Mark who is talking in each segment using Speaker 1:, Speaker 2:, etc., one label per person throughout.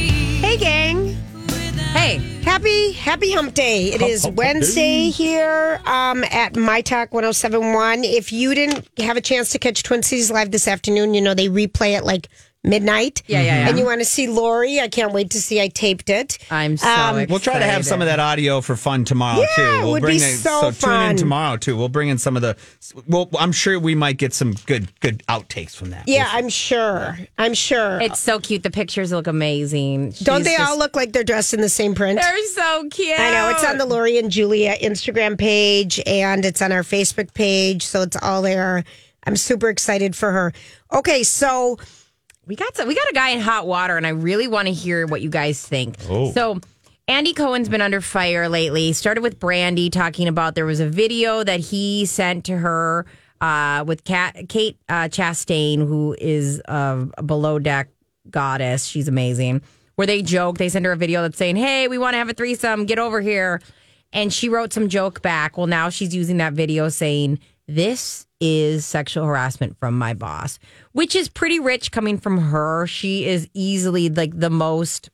Speaker 1: Hey, gang.
Speaker 2: Hey,
Speaker 1: Happy, happy hump day. It is
Speaker 3: Hump
Speaker 1: Wednesday
Speaker 3: day.
Speaker 1: here um, at oh My Talk 1071. If you didn't have a chance to catch Twin Cities Live this afternoon, you know they replay it like midnight.
Speaker 2: Yeah, yeah, yeah.
Speaker 1: And you want to see Lori? I can't wait to see. I taped it.
Speaker 2: I'm so
Speaker 1: Um,
Speaker 2: excited.
Speaker 3: We'll try to have some of that audio for fun tomorrow
Speaker 1: Yeah,
Speaker 3: too.
Speaker 1: it
Speaker 3: We'll
Speaker 1: would be so
Speaker 3: tune
Speaker 1: fun.
Speaker 3: in tomorrow too. We'll bring in some of the. Well, I'm sure we might get some good good outtakes from that.
Speaker 1: Yeah, I'm sure. I'm sure.
Speaker 2: It's so cute. The pictures look amazing.
Speaker 1: Don't
Speaker 2: She's
Speaker 1: they
Speaker 2: just-
Speaker 1: all look like they're dressed in the same print?
Speaker 2: They're so cute.
Speaker 1: I know it's on the Lori and Julia Instagram page and it's on our Facebook page, so it's all there. I'm super excited for her. Okay, so
Speaker 2: We got some, we got a guy in hot water, and I really want to hear what you guys think.
Speaker 3: Oh.
Speaker 2: So. Andy Cohen's been under fire lately. He started with Brandy talking about there was a video that he sent to her uh, with Kat, Kate uh, Chastain, who is uh, a below deck goddess. She's amazing. Where they joke, they send her a video that's saying, "Hey, we want to have a threesome. Get over here." And she wrote some joke back. Well, now she's using that video saying, This is sexual harassment from my boss, which is pretty rich coming from her. She is easily like the most,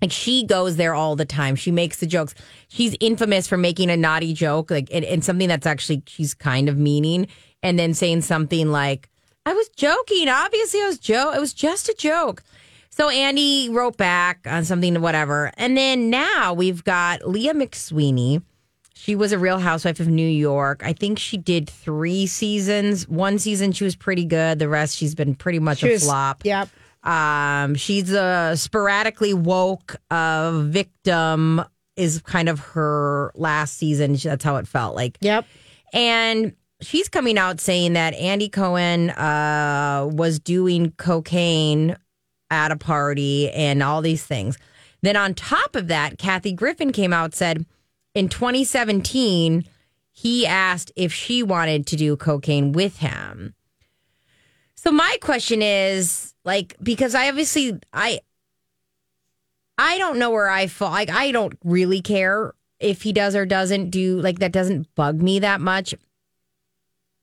Speaker 2: like, she goes there all the time. She makes the jokes. She's infamous for making a naughty joke, like, and, and something that's actually, she's kind of meaning, and then saying something like, I was joking. Obviously, I was joke. It was just a joke. So Andy wrote back on something to whatever. And then now we've got Leah McSweeney. She was a real housewife of New York. I think she did three seasons. One season she was pretty good. The rest she's been pretty much a
Speaker 1: was-
Speaker 2: flop.
Speaker 1: yep.
Speaker 2: Um, she's a sporadically woke uh, victim is kind of her last season. That's how it felt like.
Speaker 1: Yep.
Speaker 2: And she's coming out saying that Andy Cohen uh, was doing cocaine at a party and all these things. Then on top of that, Kathy Griffin came out said in 2017 he asked if she wanted to do cocaine with him. So my question is like because I obviously I I don't know where I fall. Like I don't really care if he does or doesn't do like that doesn't bug me that much.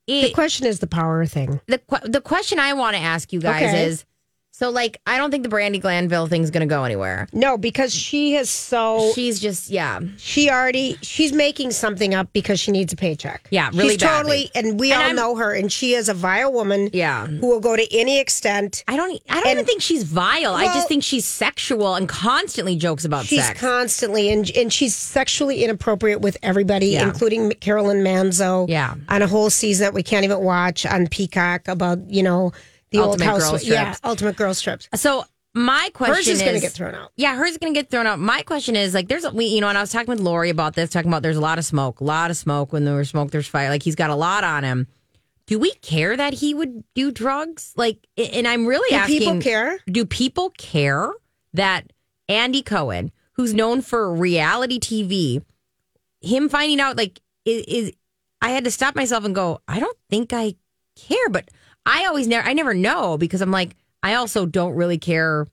Speaker 1: The
Speaker 2: It,
Speaker 1: question is the power thing.
Speaker 2: the que- the question I want to ask you guys
Speaker 1: Okay.
Speaker 2: is so like I don't think the Brandy Glanville thing's going to go anywhere.
Speaker 1: No, because she has so
Speaker 2: She's just yeah.
Speaker 1: she already she's making something up because she needs a paycheck.
Speaker 2: Yeah, really
Speaker 1: She's totally and we
Speaker 2: And
Speaker 1: all
Speaker 2: I'm-
Speaker 1: know her and she is a vile woman
Speaker 2: Yeah.
Speaker 1: who will go to any extent.
Speaker 2: I don't e, I don't even think she's vile. I
Speaker 1: Well-
Speaker 2: just think she's sexual and constantly jokes about
Speaker 1: She's
Speaker 2: sex.
Speaker 1: constantly and and she's sexually inappropriate with everybody,
Speaker 2: Yeah.
Speaker 1: including Carolyn Manzo.
Speaker 2: Yeah.
Speaker 1: on a whole season that we can't even watch on Peacock about you know the
Speaker 2: Ultimate
Speaker 1: old
Speaker 2: Girl
Speaker 1: house. yeah,
Speaker 2: Strips.
Speaker 1: ultimate girl strips.
Speaker 2: so my question
Speaker 1: Hers is going to
Speaker 2: is
Speaker 1: get thrown out.
Speaker 2: Yeah, hers is gonna get thrown out. My question is like, there's we, you know, and I was talking with Lori about this, talking about there's a lot of smoke, a lot of smoke. When there's smoke, there's fire. Like he's got a lot on him. Do we care that he would do drugs? Like, a- and I'm really
Speaker 1: Do
Speaker 2: asking,
Speaker 1: people care?
Speaker 2: Do people care that Andy Cohen, who's known for reality TV, him finding out like is, is I had to stop myself and go, I don't think I care, but I always never I never know because I'm like I also don't really care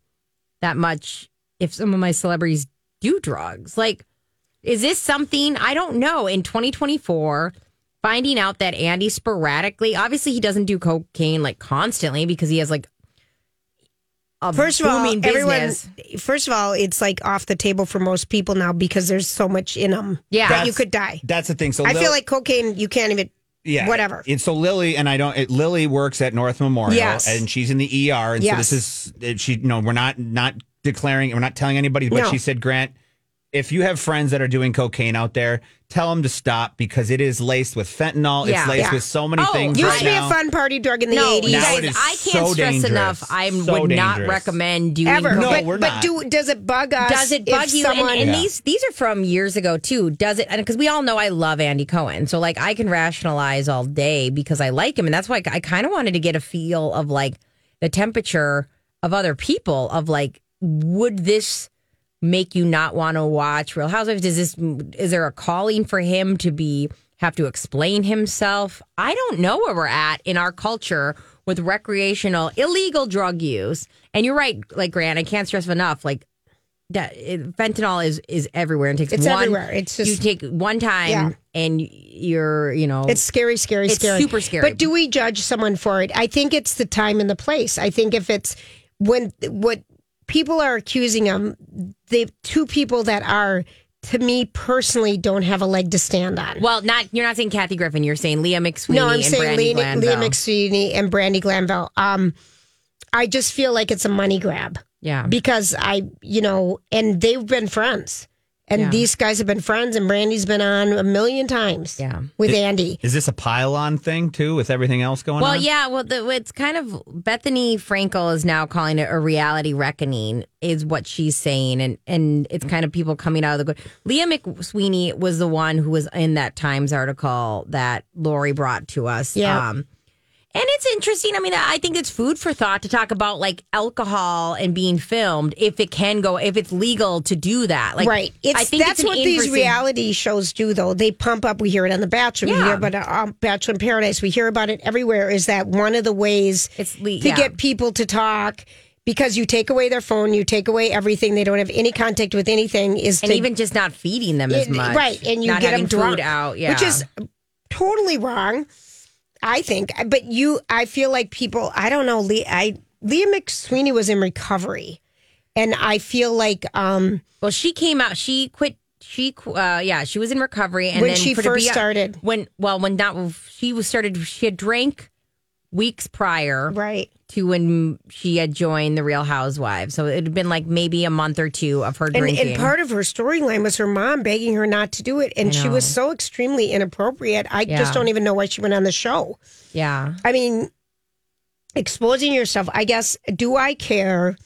Speaker 2: that much if some of my celebrities do drugs. Like is this something I don't know in 2024 finding out that Andy sporadically obviously he doesn't do cocaine like constantly because he has like a
Speaker 1: First of all,
Speaker 2: booming
Speaker 1: everyone.
Speaker 2: business.
Speaker 1: First of all, it's like off the table for most people now because there's so much in them.
Speaker 2: Yeah.
Speaker 1: that you
Speaker 2: That's-
Speaker 1: could die.
Speaker 3: That's the thing. So
Speaker 1: I
Speaker 3: Lil-
Speaker 1: feel like cocaine. You can't even.
Speaker 3: yeah,
Speaker 1: whatever.
Speaker 3: And so Lily and I don't. It, Lily works at North Memorial,
Speaker 1: Yes.
Speaker 3: and she's in the ER. And
Speaker 1: Yes.
Speaker 3: so this is she. No, we're not not declaring. We're not telling anybody. But
Speaker 1: No.
Speaker 3: she said, Grant, if you have friends that are doing cocaine out there, tell them to stop because it is laced with fentanyl.
Speaker 2: Yeah.
Speaker 3: It's laced
Speaker 1: Yeah.
Speaker 3: with so many
Speaker 2: Oh,
Speaker 3: things.
Speaker 1: Used
Speaker 3: right
Speaker 1: to be
Speaker 3: now.
Speaker 1: a fun party drug in the
Speaker 2: no,
Speaker 1: eighties.
Speaker 2: you
Speaker 3: Now
Speaker 2: guys,
Speaker 3: it is
Speaker 2: I can't
Speaker 3: so
Speaker 2: stress
Speaker 3: dangerous.
Speaker 2: enough. I
Speaker 3: So
Speaker 2: would not
Speaker 3: dangerous.
Speaker 2: recommend doing
Speaker 1: Ever,
Speaker 3: No,
Speaker 1: but,
Speaker 3: we're
Speaker 1: but
Speaker 3: not.
Speaker 1: do does it bug us?
Speaker 2: Does it bug
Speaker 1: if
Speaker 2: you?
Speaker 1: Someone,
Speaker 2: and and
Speaker 3: Yeah.
Speaker 2: these these are from years ago too. Does it? Because we all know I love Andy Cohen, so like I can rationalize all day because I like him, and that's why I kind of wanted to get a feel of like the temperature of other people of like would this make you not want to watch Real Housewives? Is this is there a calling for him to be have to explain himself? I don't know where we're at in our culture with recreational illegal drug use. And you're right, like Grant, I can't stress enough, like that it, fentanyl is is everywhere and takes
Speaker 1: It's
Speaker 2: one
Speaker 1: everywhere. It's just-
Speaker 2: you take one time
Speaker 1: Yeah.
Speaker 2: and you're you know
Speaker 1: It's scary, scary,
Speaker 2: It's
Speaker 1: scary.
Speaker 2: super scary.
Speaker 1: But do we judge someone for it? I think it's the time and the place. I think if it's when what people are accusing him, the two people that are, to me personally, don't have a leg to stand on.
Speaker 2: Well, not you're not saying Kathy Griffin. You're saying Leah McSweeney.
Speaker 1: No, I'm
Speaker 2: and
Speaker 1: saying
Speaker 2: Brandy
Speaker 1: Leah, Leah
Speaker 2: Glanville.
Speaker 1: McSweeney and Brandy Glanville. Um, I just feel like it's a money grab
Speaker 2: Yeah,
Speaker 1: because I, you know, and they've been friends. And
Speaker 2: Yeah.
Speaker 1: these guys have been friends, and Brandy's been on a million times
Speaker 2: Yeah.
Speaker 1: with Andy.
Speaker 3: Is this a pile-on thing too, with everything else going
Speaker 2: Well,
Speaker 3: on?
Speaker 2: yeah. Well, the, it's kind of Bethany Frankel is now calling it a reality reckoning, is what she's saying, and and it's kind of people coming out of the. good. Leah McSweeney was the one who was in that Times article that Lori brought to us.
Speaker 1: Yeah.
Speaker 2: Um, and it's interesting. I mean, I think it's food for thought to talk about like alcohol and being filmed if it can go, if it's legal to do that. Like,
Speaker 1: right. It's,
Speaker 2: I think
Speaker 1: that's
Speaker 2: it's an
Speaker 1: what these
Speaker 2: interesting-
Speaker 1: reality shows do, though. They pump up. We hear it on The Bachelor. We
Speaker 2: Yeah.
Speaker 1: hear about it on Bachelor in Paradise. We hear about it everywhere. Is that one of the ways
Speaker 2: It's
Speaker 1: to
Speaker 2: le- yeah.
Speaker 1: get people to talk? Because you take away their phone, you take away everything. They don't have any contact with anything. Is
Speaker 2: and
Speaker 1: to,
Speaker 2: even just not feeding them as
Speaker 1: it-
Speaker 2: much,
Speaker 1: right? And you
Speaker 2: not
Speaker 1: get
Speaker 2: having
Speaker 1: them drunk,
Speaker 2: food out, yeah,
Speaker 1: which is totally wrong. I think, but you, I feel like people. I don't know. Lee, I Leah McSweeney was in recovery, and I feel like. um
Speaker 2: Well, she came out. She quit. She, qu- uh, yeah, she was in recovery. And
Speaker 1: When
Speaker 2: then
Speaker 1: she
Speaker 2: for to
Speaker 1: first
Speaker 2: be out-
Speaker 1: started.
Speaker 2: when well, when not she was started. She had drank weeks prior
Speaker 1: Right.
Speaker 2: to when she had joined the Real Housewives. So it had been like maybe a month or two of her
Speaker 1: And,
Speaker 2: drinking.
Speaker 1: and part of her storyline was her mom begging her not to do it. And she was so extremely inappropriate. I
Speaker 2: Yeah.
Speaker 1: just don't even know why she went on the show.
Speaker 2: yeah,
Speaker 1: I mean, exposing yourself, I guess, do I care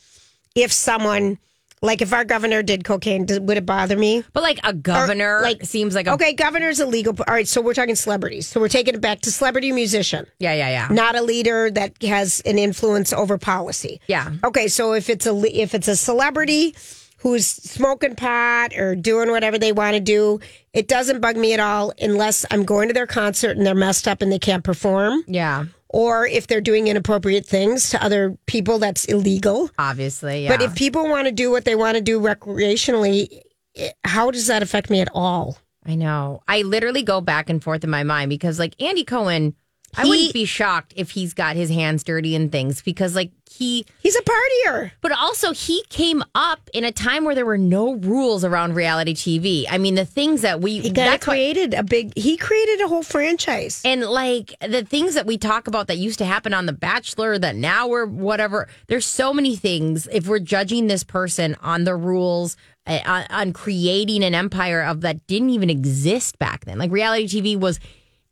Speaker 1: if someone, like if our governor did cocaine, does- would it bother me?
Speaker 2: but like a governor
Speaker 1: like-
Speaker 2: seems like a
Speaker 1: Okay, governor's illegal. All right, so we're talking celebrities. So we're taking it back to celebrity musician,
Speaker 2: yeah, yeah, yeah,
Speaker 1: not a leader that has an influence over policy.
Speaker 2: yeah.
Speaker 1: Okay, so if it's a le- if it's a celebrity who's smoking pot or doing whatever they want to do, it doesn't bug me at all unless I'm going to their concert and they're messed up and they can't perform
Speaker 2: Yeah,
Speaker 1: or if they're doing inappropriate things to other people that's illegal.
Speaker 2: obviously. Yeah.
Speaker 1: But if people want to do what they want to do recreationally, it- how does that affect me at all?
Speaker 2: I know. I literally go back and forth in my mind because, like, Andy Cohen, I
Speaker 1: He-
Speaker 2: wouldn't be shocked if he's got his hands dirty and things because, like, he,
Speaker 1: He's a partier.
Speaker 2: but also he came up in a time where there were no rules around reality TV. I mean, the things that we,
Speaker 1: He kind of
Speaker 2: why-
Speaker 1: created a big. He created a whole franchise.
Speaker 2: and like the things that we talk about that used to happen on The Bachelor that now we're whatever. There's so many things. If we're judging this person on the rules, uh, on, on creating an empire of that didn't even exist back then, like reality TV was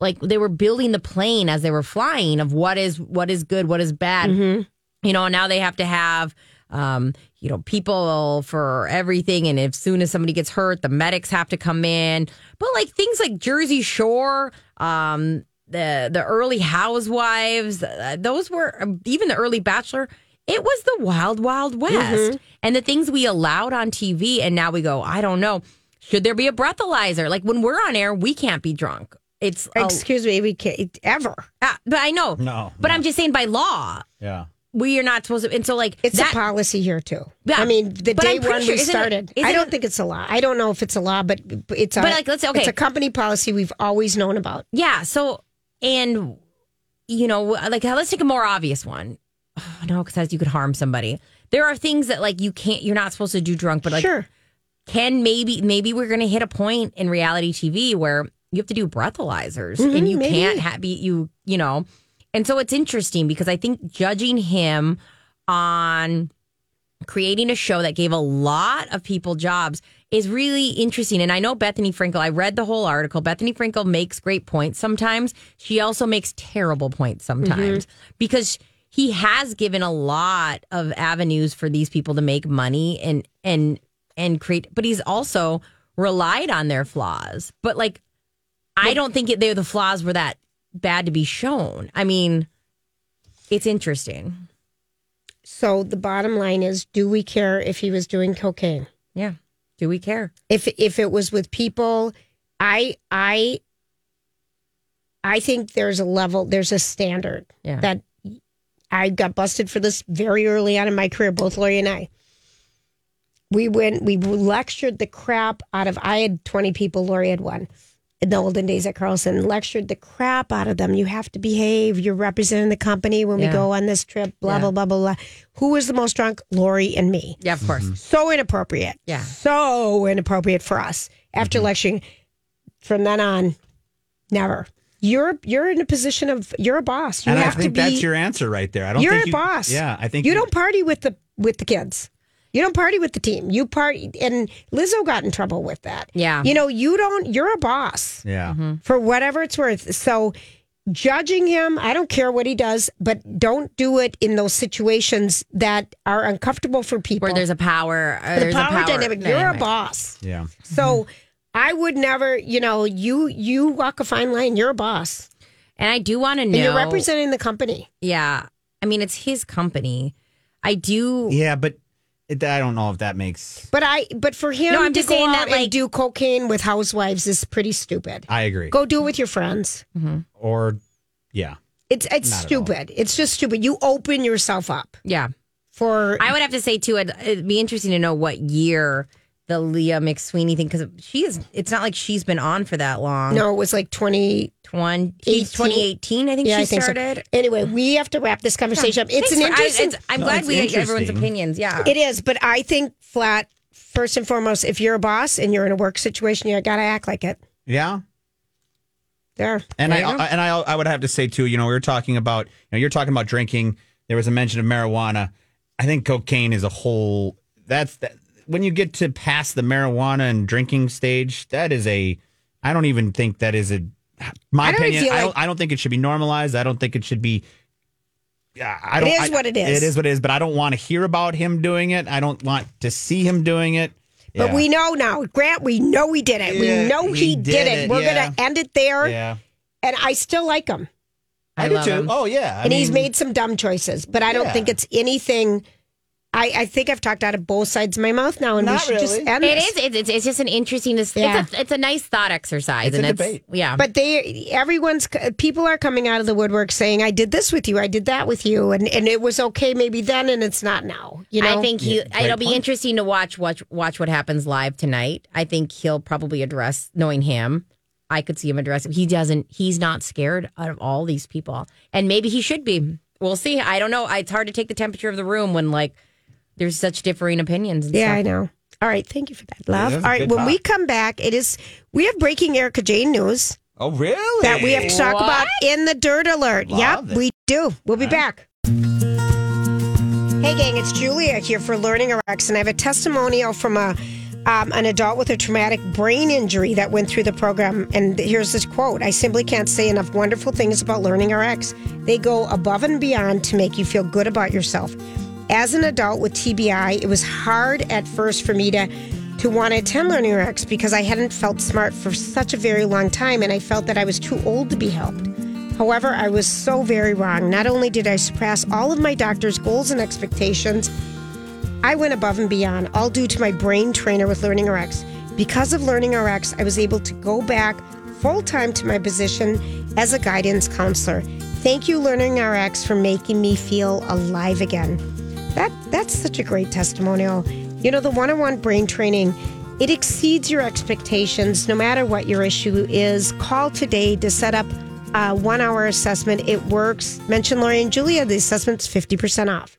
Speaker 2: like they were building the plane as they were flying of what is what is good, what is bad.
Speaker 1: Mm-hmm.
Speaker 2: You know, now they have to have. Um, you know, people for everything, and if soon as somebody gets hurt, the medics have to come in. But like things like Jersey Shore, um, the the early housewives uh, those were um, even the early bachelor it was the wild wild west
Speaker 1: Mm-hmm.
Speaker 2: and the things we allowed on tv and now we go i don't know should there be a breathalyzer like when we're on air we can't be drunk it's a-
Speaker 1: Excuse me, we can't ever.
Speaker 2: uh, but i know
Speaker 3: No,
Speaker 2: but
Speaker 3: no.
Speaker 2: i'm just saying by law
Speaker 3: Yeah.
Speaker 2: we are not supposed to and so like
Speaker 1: It's
Speaker 2: that
Speaker 1: a policy here too.
Speaker 2: Yeah.
Speaker 1: I mean, the
Speaker 2: But
Speaker 1: day
Speaker 2: I'm pretty
Speaker 1: one
Speaker 2: sure-
Speaker 1: we
Speaker 2: isn't it-
Speaker 1: started,
Speaker 2: isn't
Speaker 1: I don't
Speaker 2: it-
Speaker 1: think it's a law. I don't know if it's a law, but it's a,
Speaker 2: But, like, let's say- okay.
Speaker 1: it's a company policy we've always known about.
Speaker 2: Yeah. So, and you know, like let's take a more obvious one. Oh, no, because you could harm somebody. There are things that like you can't, you're not supposed to do drunk, but like
Speaker 1: sure,
Speaker 2: can maybe, maybe we're going to hit a point in reality TV where you have to do breathalyzers and you
Speaker 1: Mm-hmm, maybe.
Speaker 2: can't have be you, you know. And so it's interesting because I think judging him on creating a show that gave a lot of people jobs is really interesting. And I know Bethany Frankel, I read the whole article. Bethany Frankel makes great points sometimes. She also makes terrible points sometimes because he has given a lot of avenues for these people to make money and and and create but he's also relied on their flaws. But like I don't think it, they the flaws were that bad to be shown. I mean, it's interesting.
Speaker 1: so the bottom line is: Do we care if he was doing cocaine?
Speaker 2: Yeah. Do we care?
Speaker 1: If if it was with people, I I I think there's a level, there's a standard
Speaker 2: Yeah.
Speaker 1: that I got busted for this very early on in my career. Both Lori and I, we went, we lectured the crap out of. I had twenty people, Lori had one. in the olden days at Carlson, lectured the crap out of them. You have to behave. You're representing the company when we
Speaker 2: Yeah.
Speaker 1: go on this trip, blah,
Speaker 2: Yeah.
Speaker 1: blah, blah, blah, blah. Who was the most drunk? Lori and me.
Speaker 2: Yeah, of course.
Speaker 1: So inappropriate.
Speaker 2: Yeah.
Speaker 1: So inappropriate for us. After
Speaker 3: Mm-hmm.
Speaker 1: lecturing, from then on, never. You're you're in a position of you're a boss. You
Speaker 3: and I
Speaker 1: have
Speaker 3: think
Speaker 1: to be
Speaker 3: that's your answer right there. I don't
Speaker 1: you're
Speaker 3: think
Speaker 1: a
Speaker 3: you-
Speaker 1: boss.
Speaker 3: Yeah, I think
Speaker 1: you don't party with the with the kids. You don't party with the team. You party, and Lizzo got in trouble with that.
Speaker 2: Yeah.
Speaker 1: you know, you don't. You're a boss
Speaker 3: Yeah.
Speaker 1: for whatever it's worth. So, judging him, I don't care what he does, but don't do it in those situations that are uncomfortable for people.
Speaker 2: Where there's a power, uh,
Speaker 1: the
Speaker 2: there's
Speaker 1: power,
Speaker 2: a power Mm-hmm.
Speaker 1: dynamic. You're a boss.
Speaker 3: Yeah.
Speaker 1: So, I would never. You know, you you walk a fine line. You're a boss,
Speaker 2: And I do want to
Speaker 1: and
Speaker 2: know.
Speaker 1: you're representing the company.
Speaker 2: yeah, I mean it's his company. I do.
Speaker 3: Yeah, but it, I don't know if that makes.
Speaker 1: But I, but for him
Speaker 2: No, I'm
Speaker 1: to
Speaker 2: just
Speaker 1: go
Speaker 2: saying
Speaker 1: out
Speaker 2: that,
Speaker 1: and
Speaker 2: like-
Speaker 1: do cocaine with housewives is pretty stupid.
Speaker 3: I agree.
Speaker 1: Go do it with your friends.
Speaker 3: Or, yeah.
Speaker 1: It's it's
Speaker 3: Not at all.
Speaker 1: stupid. It's just stupid. You open yourself up
Speaker 2: Yeah,
Speaker 1: for.
Speaker 2: I would have to say too. It'd, it'd be interesting to know what year the Leah McSweeney thing because she is. It's not like she's been on for that long.
Speaker 1: no, it was like twenty.
Speaker 2: 20,
Speaker 1: 18.
Speaker 2: 2018, I think
Speaker 1: Yeah,
Speaker 2: she
Speaker 1: I think
Speaker 2: started.
Speaker 1: so. Anyway, we have to wrap this conversation up. It's
Speaker 2: Thanks
Speaker 1: an
Speaker 2: for- I-
Speaker 1: interesting.
Speaker 2: it's- I'm
Speaker 3: No,
Speaker 2: glad
Speaker 3: it's
Speaker 2: we get everyone's
Speaker 3: interesting.
Speaker 2: opinions. Yeah.
Speaker 1: It is, but I think flat. First and foremost, if you're a boss and you're in a work situation, you gotta act like it.
Speaker 3: Yeah.
Speaker 1: There.
Speaker 3: And I,
Speaker 2: There you go.
Speaker 3: and I I would have to say too, you know, we were talking about you know, you're talking about drinking. There was a mention of marijuana. I think cocaine is a whole that's that, when you get to past the marijuana and drinking stage, that is a I don't even think that is a my
Speaker 1: I don't
Speaker 3: opinion.
Speaker 1: feel
Speaker 3: I,
Speaker 1: like-
Speaker 3: don't, I don't think it should be normalized. I don't think it should be I don't,
Speaker 1: It is
Speaker 3: I-
Speaker 1: what it is.
Speaker 3: It is what it is, but I don't want to hear about him doing it. I don't want to see him doing it.
Speaker 1: But
Speaker 3: Yeah.
Speaker 1: we know now, Grant. We know we did it.
Speaker 3: Yeah,
Speaker 1: we know
Speaker 3: he
Speaker 1: he, did,
Speaker 3: did
Speaker 1: it.
Speaker 3: it,
Speaker 1: We're
Speaker 3: yeah.
Speaker 1: gonna end it there.
Speaker 3: Yeah.
Speaker 1: And I still like him.
Speaker 2: I
Speaker 3: do
Speaker 2: love
Speaker 3: too.
Speaker 2: him.
Speaker 3: Oh yeah. I
Speaker 1: and he's
Speaker 3: mean,
Speaker 1: made some dumb choices, but I don't
Speaker 3: Yeah.
Speaker 1: think it's anything. I, I think I've talked out of both sides of my mouth now, and we
Speaker 3: Not
Speaker 1: should just
Speaker 3: really.
Speaker 1: end
Speaker 2: It
Speaker 1: this.
Speaker 2: is. It's, it's, it's just an interesting. It's,
Speaker 1: Yeah.
Speaker 2: it's, a, it's a nice thought exercise,
Speaker 3: It's
Speaker 2: and
Speaker 3: a
Speaker 2: it's
Speaker 3: debate.
Speaker 2: yeah.
Speaker 1: But they, everyone's people are coming out of the woodwork saying, "I did this with you, I did that with you," and and it was okay maybe then, and it's not now. You know,
Speaker 2: I think he. it'll be interesting to watch watch watch what happens live tonight. I think he'll probably address knowing him. I could see him address. He doesn't. He's not scared out of all these people, and maybe he should be. We'll see. I don't know. It's hard to take the temperature of the room when like there's such differing opinions. And
Speaker 1: Yeah, I
Speaker 2: stuff.
Speaker 1: know. All right, thank you for that, love. All
Speaker 3: that was a
Speaker 1: right,
Speaker 3: good
Speaker 1: when we
Speaker 3: talk.
Speaker 1: come back, it is we have breaking Erica Jane news
Speaker 3: Oh really?
Speaker 1: that we have to talk about in the dirt alert.
Speaker 3: Love
Speaker 1: yep,
Speaker 3: it.
Speaker 1: we do. We'll be back. Hey, gang, it's Julia here for Learning Rx, and I have a testimonial from a um, an adult with a traumatic brain injury that went through the program. And here's this quote I simply can't say enough wonderful things about Learning Rx. They go above and beyond to make you feel good about yourself. As an adult with TBI, it was hard at first for me to to want to attend Learning Rx because I hadn't felt smart for such a very long time, and I felt that I was too old to be helped. However, I was so very wrong. Not only did I surpass all of my doctor's goals and expectations, I went above and beyond, all due to my brain trainer with Learning RX. Because of Learning RX, I was able to go back full time to my position as a guidance counselor. Thank you, Learning RX, for making me feel alive again. That that's such a great testimonial. You know, the one-on-one brain training, it exceeds your expectations no matter what your issue is. Call today to set up a one-hour assessment. It works. Mention Lori and Julia. The assessment's 50% off.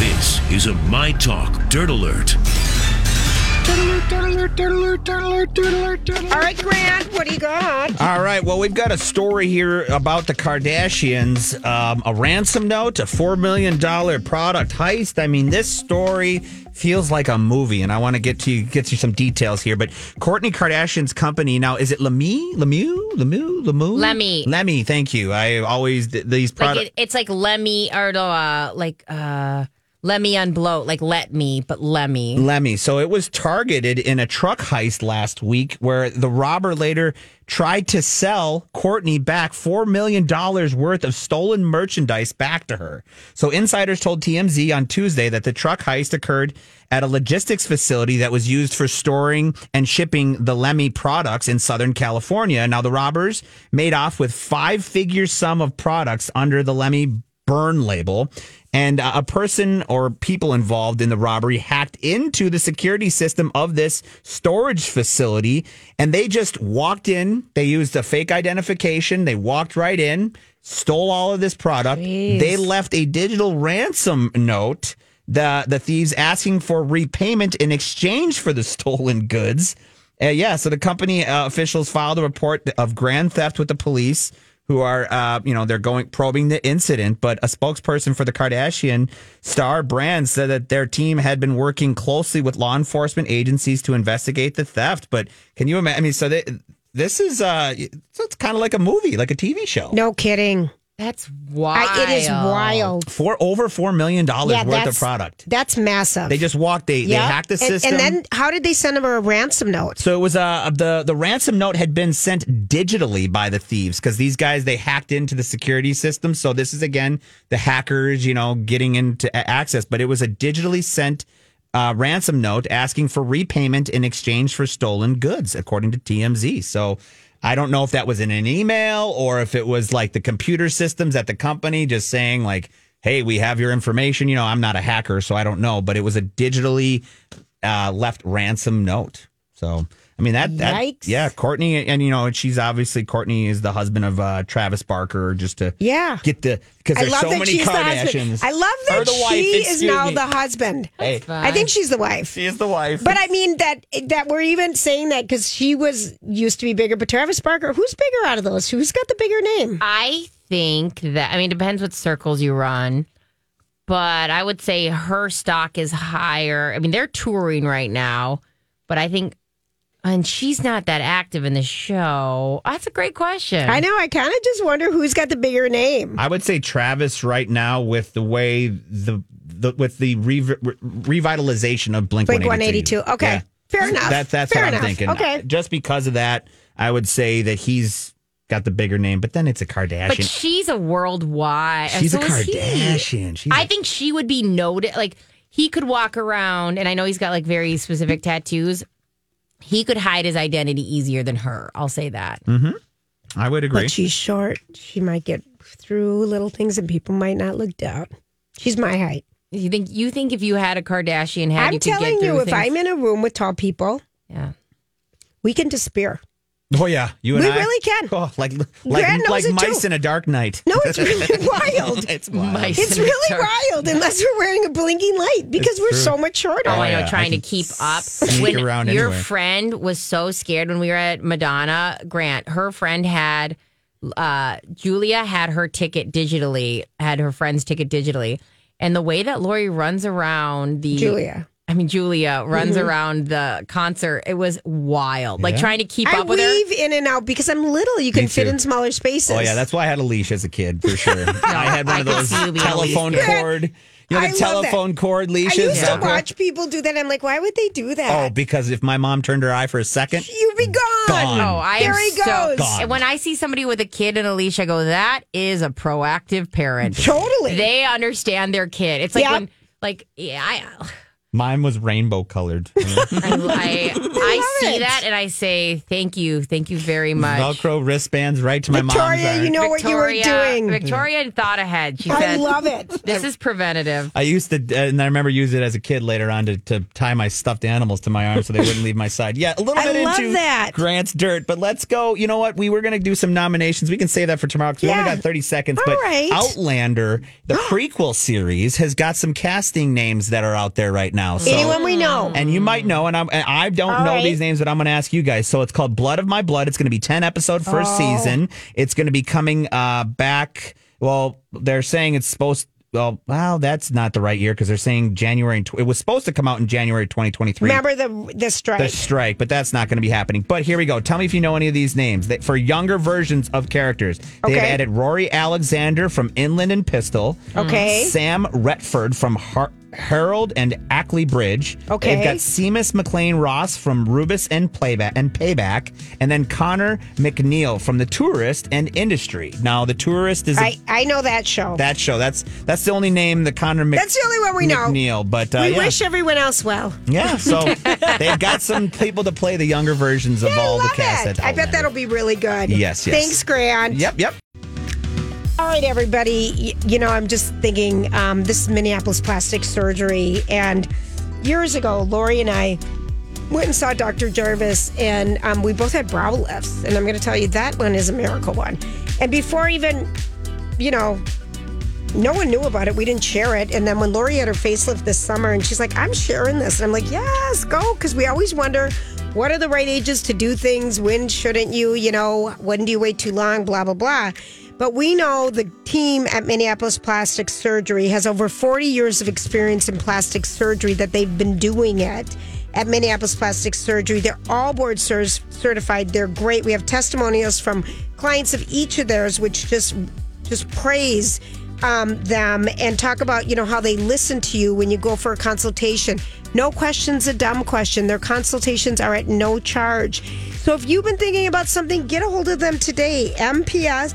Speaker 4: This is a My Talk Dirt Alert.
Speaker 1: All right, Grant, what do you got?
Speaker 3: All right. Well, we've got a story here about the Kardashians um, a ransom note, a $4 million product heist. I mean, this story feels like a movie, and I want to get to get you some details here. But Courtney Kardashian's company now is it Lamy? Lemieux? Lemieux? Lemieux?
Speaker 2: Lemmy.
Speaker 3: Lemmy. Thank you. I always, these
Speaker 2: Like
Speaker 3: products.
Speaker 2: it, it's like Lemmy or uh, like uh, Lemmy on bloat, like let me, but Lemmy.
Speaker 3: Lemmy. So it was targeted in a truck heist last week where the robber later tried to sell Courtney back $4 million worth of stolen merchandise back to her. So insiders told TMZ on Tuesday that the truck heist occurred at a logistics facility that was used for storing and shipping the Lemmy products in Southern California. Now the robbers made off with five figure sum of products under the Lemmy burn label. And uh, a person or people involved in the robbery hacked into the security system of this storage facility and they just walked in. They used a fake identification. They walked right in, stole all of this product. They left a digital ransom note. The, the thieves asking for repayment in exchange for the stolen goods. Uh, yeah, so the company uh, officials filed a report of grand theft with the police, who are, uh, you know, they're going probing the incident. But a spokesperson for the Kardashian star brand said that their team had been working closely with law enforcement agencies to investigate the theft. But can you imagine? I mean, so they, this is, uh, so it's kind of like a movie, like a TV show.
Speaker 1: No kidding.
Speaker 2: That's wild.
Speaker 1: I, it is wild.
Speaker 3: For over four million dollars
Speaker 1: Yeah,
Speaker 3: worth of
Speaker 1: that's-
Speaker 3: product,
Speaker 1: That's massive.
Speaker 3: they just walked. They they
Speaker 1: Yeah.
Speaker 3: hacked the
Speaker 1: And-
Speaker 3: system.
Speaker 1: And, then how did they send him a ransom note?
Speaker 3: So it was uh the the ransom note had been sent digitally by the thieves because these guys they hacked into the security system. So this is again the hackers, you know, getting into a- access. But it was a digitally sent uh, ransom note asking for repayment in exchange for stolen goods, according to TMZ. So. I don't know if that was in an email or if it was like the computer systems at the company just saying like, "Hey, we have your information." You know, I'm not a hacker, so I don't know, but it was a digitally uh, left ransom note. So I mean that that
Speaker 1: Yikes.
Speaker 3: yeah, Courtney and, you know she's obviously Courtney is the husband of uh, Travis Barker. Just to
Speaker 1: Yeah.
Speaker 3: get the because
Speaker 1: I
Speaker 3: there's
Speaker 1: love
Speaker 3: so
Speaker 1: that
Speaker 3: many
Speaker 1: she's the husband.
Speaker 3: Kardashians.
Speaker 1: I love
Speaker 3: Or
Speaker 1: that
Speaker 3: the
Speaker 1: she
Speaker 3: wife,
Speaker 1: is
Speaker 3: excuse
Speaker 1: now
Speaker 3: me.
Speaker 1: the husband.
Speaker 3: Hey,
Speaker 2: Uh,
Speaker 1: I think she's the wife.
Speaker 3: she is the wife.
Speaker 1: But I mean that that we're even saying that because she was used to be bigger. But Travis Barker, who's bigger out of those? Who's got the bigger name?
Speaker 2: I think that I mean it depends what circles you run, but I would say her stock is higher. I mean they're touring right now, but I think and she's not that active in the show. That's a great question.
Speaker 1: I know. I kind of just wonder who's got the bigger name.
Speaker 3: I would say Travis right now with the way the. The, with the rev- re- revitalization of Blink
Speaker 1: Blink 182. Okay.
Speaker 3: Yeah.
Speaker 1: Fair enough.
Speaker 3: That, that's
Speaker 1: Fair
Speaker 3: what
Speaker 1: enough.
Speaker 3: I'm thinking.
Speaker 1: Okay.
Speaker 3: Just because of that, I would say that he's got the bigger name, but then it's a
Speaker 2: But
Speaker 3: Kardashian.
Speaker 2: she's a worldwide.
Speaker 3: she's
Speaker 2: so
Speaker 3: a
Speaker 2: is he.
Speaker 3: Kardashian. She's
Speaker 2: I
Speaker 3: a-
Speaker 2: think she would be noted. Like he could walk around, and I know he's got like very specific tattoos. He could hide his identity easier than her. I'll say that.
Speaker 3: Hmm. I would agree.
Speaker 1: But she's short. She might get through little things and people might not look down. She's my height.
Speaker 2: You think you think if you had a Kardashian head,
Speaker 1: I'm
Speaker 2: you could get
Speaker 1: telling you,
Speaker 2: through
Speaker 1: if
Speaker 2: things?
Speaker 1: I'm in a room with tall people,
Speaker 2: yeah.
Speaker 1: we can disappear.
Speaker 3: Oh yeah, you and
Speaker 1: We
Speaker 3: I
Speaker 1: really can.
Speaker 3: Oh, like
Speaker 1: Grand
Speaker 3: like
Speaker 1: knows
Speaker 3: like
Speaker 1: it,
Speaker 3: mice
Speaker 1: too.
Speaker 3: in a dark night.
Speaker 1: No, it's really wild.
Speaker 3: it's wild.
Speaker 2: Mice.
Speaker 1: It's
Speaker 2: in the
Speaker 1: really
Speaker 2: dark.
Speaker 1: wild unless we're wearing a blinking light because
Speaker 3: It's
Speaker 1: we're
Speaker 3: true.
Speaker 1: so much shorter.
Speaker 2: Oh, I
Speaker 3: yeah,
Speaker 2: know.
Speaker 3: I
Speaker 2: Trying to
Speaker 3: can
Speaker 2: keep up.
Speaker 3: sneak
Speaker 2: when
Speaker 3: around
Speaker 2: your
Speaker 3: anywhere.
Speaker 2: friend was so scared when we were at Madonna Grant, her friend had uh, Julia had her ticket digitally, had her friend's ticket digitally, and the way that Lori runs around the
Speaker 1: Julia. Mm-hmm.
Speaker 2: I mean Julia runs around the concert, it was wild. Like trying to keep
Speaker 1: I
Speaker 2: up with her.
Speaker 1: weave in and out because I'm little. You can fit
Speaker 3: too.
Speaker 1: in smaller spaces.
Speaker 3: Oh yeah, that's why I had a leash as a kid for sure. I had one of
Speaker 2: I could
Speaker 3: those
Speaker 2: see you being a leash
Speaker 3: telephone
Speaker 2: kid.
Speaker 3: cord. You know
Speaker 1: I
Speaker 3: the
Speaker 1: love that.
Speaker 3: telephone cord
Speaker 1: I
Speaker 3: leashes.
Speaker 1: used
Speaker 3: back
Speaker 1: to
Speaker 3: there?
Speaker 1: watch people do that. I'm like, why would they do
Speaker 3: Oh,
Speaker 1: that?
Speaker 3: because if my mom turned her eye for a second,
Speaker 1: You'd be gone.
Speaker 3: Gone.
Speaker 2: Oh, I
Speaker 1: there
Speaker 2: am
Speaker 1: he
Speaker 2: so-
Speaker 1: goes.
Speaker 3: Gone.
Speaker 2: And when I see somebody with a kid and a leash, I go, "That is a proactive parent.
Speaker 1: Totally.
Speaker 2: They understand their kid. It's like
Speaker 1: Yeah.
Speaker 2: when, like, yeah, I,
Speaker 3: mine was rainbow colored.
Speaker 2: I, I, I see
Speaker 1: it.
Speaker 2: that and I say, thank you. Thank you very much.
Speaker 3: Velcro wristbands right to my mom's.
Speaker 1: Victoria,
Speaker 3: arm.
Speaker 1: you know what you were doing.
Speaker 2: Victoria thought ahead. She
Speaker 1: I
Speaker 2: said,
Speaker 1: love it.
Speaker 2: this is preventative.
Speaker 3: I used to, and I remember using it as a kid later on to, to tie my stuffed animals to my arm so they wouldn't leave my side. Yeah, a little
Speaker 1: I
Speaker 3: bit
Speaker 1: love
Speaker 3: into
Speaker 1: that.
Speaker 3: Grant's dirt, but let's go. You know what? We were going to do some nominations. We can say that for tomorrow because we
Speaker 1: Yeah.
Speaker 3: only got 30 seconds.
Speaker 1: All
Speaker 3: but
Speaker 1: right.
Speaker 3: Outlander, the prequel series, has got some casting names that are out there right now. So.
Speaker 1: Anyone we know.
Speaker 3: and you might know, and, I'm, and I don't know
Speaker 1: right.
Speaker 3: these names, but I'm going to ask you guys. So it's called Blood of My Blood. It's going to be 10 episode first
Speaker 1: Oh.
Speaker 3: season. It's going to be coming uh, back. Well, they're saying it's supposed. Well, wow, that's not the right year because they're saying January. and Tw- it was supposed to come out in January 2023.
Speaker 1: Remember the the strike.
Speaker 3: the strike, but that's not going to be happening. But here we go. Tell me if you know any of these names that, for younger versions of characters. They've
Speaker 1: Okay.
Speaker 3: added Rory Alexander from Inland and Pistol. Mm.
Speaker 1: Okay.
Speaker 3: Sam Retford from Har- Harold and Ackley Bridge.
Speaker 1: Okay.
Speaker 3: They've got Seamus McLean Ross from Rubus and Playback and Payback, and then Connor McNeil from The Tourist and Industry. Now, The Tourist is a-
Speaker 1: I, I know that show.
Speaker 3: that show. That's that's the only name that Connor Mc-
Speaker 1: That's the only one we know.
Speaker 3: McNeil, but uh,
Speaker 1: we
Speaker 3: yeah.
Speaker 1: wish everyone else well.
Speaker 3: Yeah, so they've got some people to play the younger versions of all
Speaker 1: I love
Speaker 3: the cast.
Speaker 1: it.
Speaker 3: that's
Speaker 1: I bet
Speaker 3: out
Speaker 1: that'll
Speaker 3: there.
Speaker 1: be really good.
Speaker 3: Yes, yes.
Speaker 1: Thanks, Grant.
Speaker 3: Yep, yep.
Speaker 1: All right, everybody. Y- You know, I'm just thinking um, this is Minneapolis plastic surgery. And years ago, Lori and I went and saw Dr. Jarvis, and um, we both had brow lifts. And I'm going to tell you that one is a miracle one. And before even, you know, no one knew about it. We didn't share it. And then when Lori had her facelift this summer, and she's like, I'm sharing this. And I'm like, yes, go. Because we always wonder what are the right ages to do things? When shouldn't you? You know, when do you wait too long? Blah, blah, blah. But we know the team at Minneapolis Plastic Surgery has over 40 years of experience in plastic surgery that they've been doing it at Minneapolis Plastic Surgery. They're all board cer- certified. They're great. We have testimonials from clients of each of theirs, which just just praise um, them and talk about you know how they listen to you when you go for a consultation. No question's a dumb question. Their consultations are at no charge. So if you've been thinking about something, get a hold of them today. MPS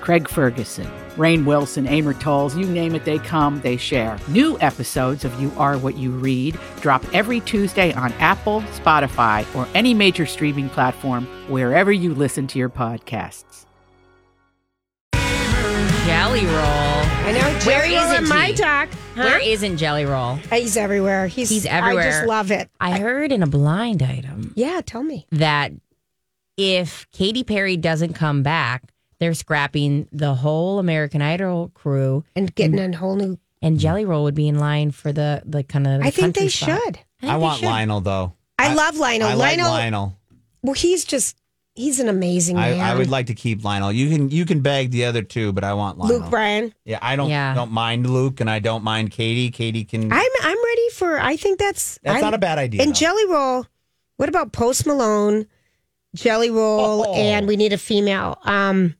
Speaker 5: Craig Ferguson, Rain Wilson, Amor Tolls, you name it, they come, they share. New episodes of You Are What You Read drop every Tuesday on Apple, Spotify, or any major streaming platform wherever you listen to your podcasts.
Speaker 2: Jelly roll.
Speaker 1: I know
Speaker 2: Where
Speaker 1: Jerry
Speaker 2: isn't
Speaker 1: in my
Speaker 2: he?
Speaker 1: talk. Huh?
Speaker 2: Where isn't jelly roll?
Speaker 1: Uh, He's everywhere. He's
Speaker 2: He's
Speaker 1: I just
Speaker 2: everywhere.
Speaker 1: love it.
Speaker 2: I heard in a blind item
Speaker 1: Yeah, tell me.
Speaker 2: that if Katy Perry doesn't come back, they're scrapping the whole American Idol crew,
Speaker 1: And getting a whole new.
Speaker 2: and Jelly Roll would be in line for the the kind of.
Speaker 1: I think they should.
Speaker 2: I,
Speaker 3: I, want Lionel though.
Speaker 1: I, love Lionel.
Speaker 3: I like
Speaker 1: Lionel,
Speaker 3: Lionel.
Speaker 1: Well, he's just. He's an amazing
Speaker 3: I,
Speaker 1: man.
Speaker 3: I would like to keep Lionel. You can you can bag the other two, but I want Lionel.
Speaker 1: Luke Bryan.
Speaker 3: Yeah, I don't
Speaker 2: Yeah.
Speaker 3: don't mind Luke, and I don't mind Katie. Katie can.
Speaker 1: I'm I'm ready for. I think that's
Speaker 3: that's
Speaker 1: I-
Speaker 3: not a bad idea.
Speaker 1: And
Speaker 3: though.
Speaker 1: Jelly Roll. What about Post Malone, Jelly Roll,
Speaker 3: Oh.
Speaker 1: and we need a female. Um,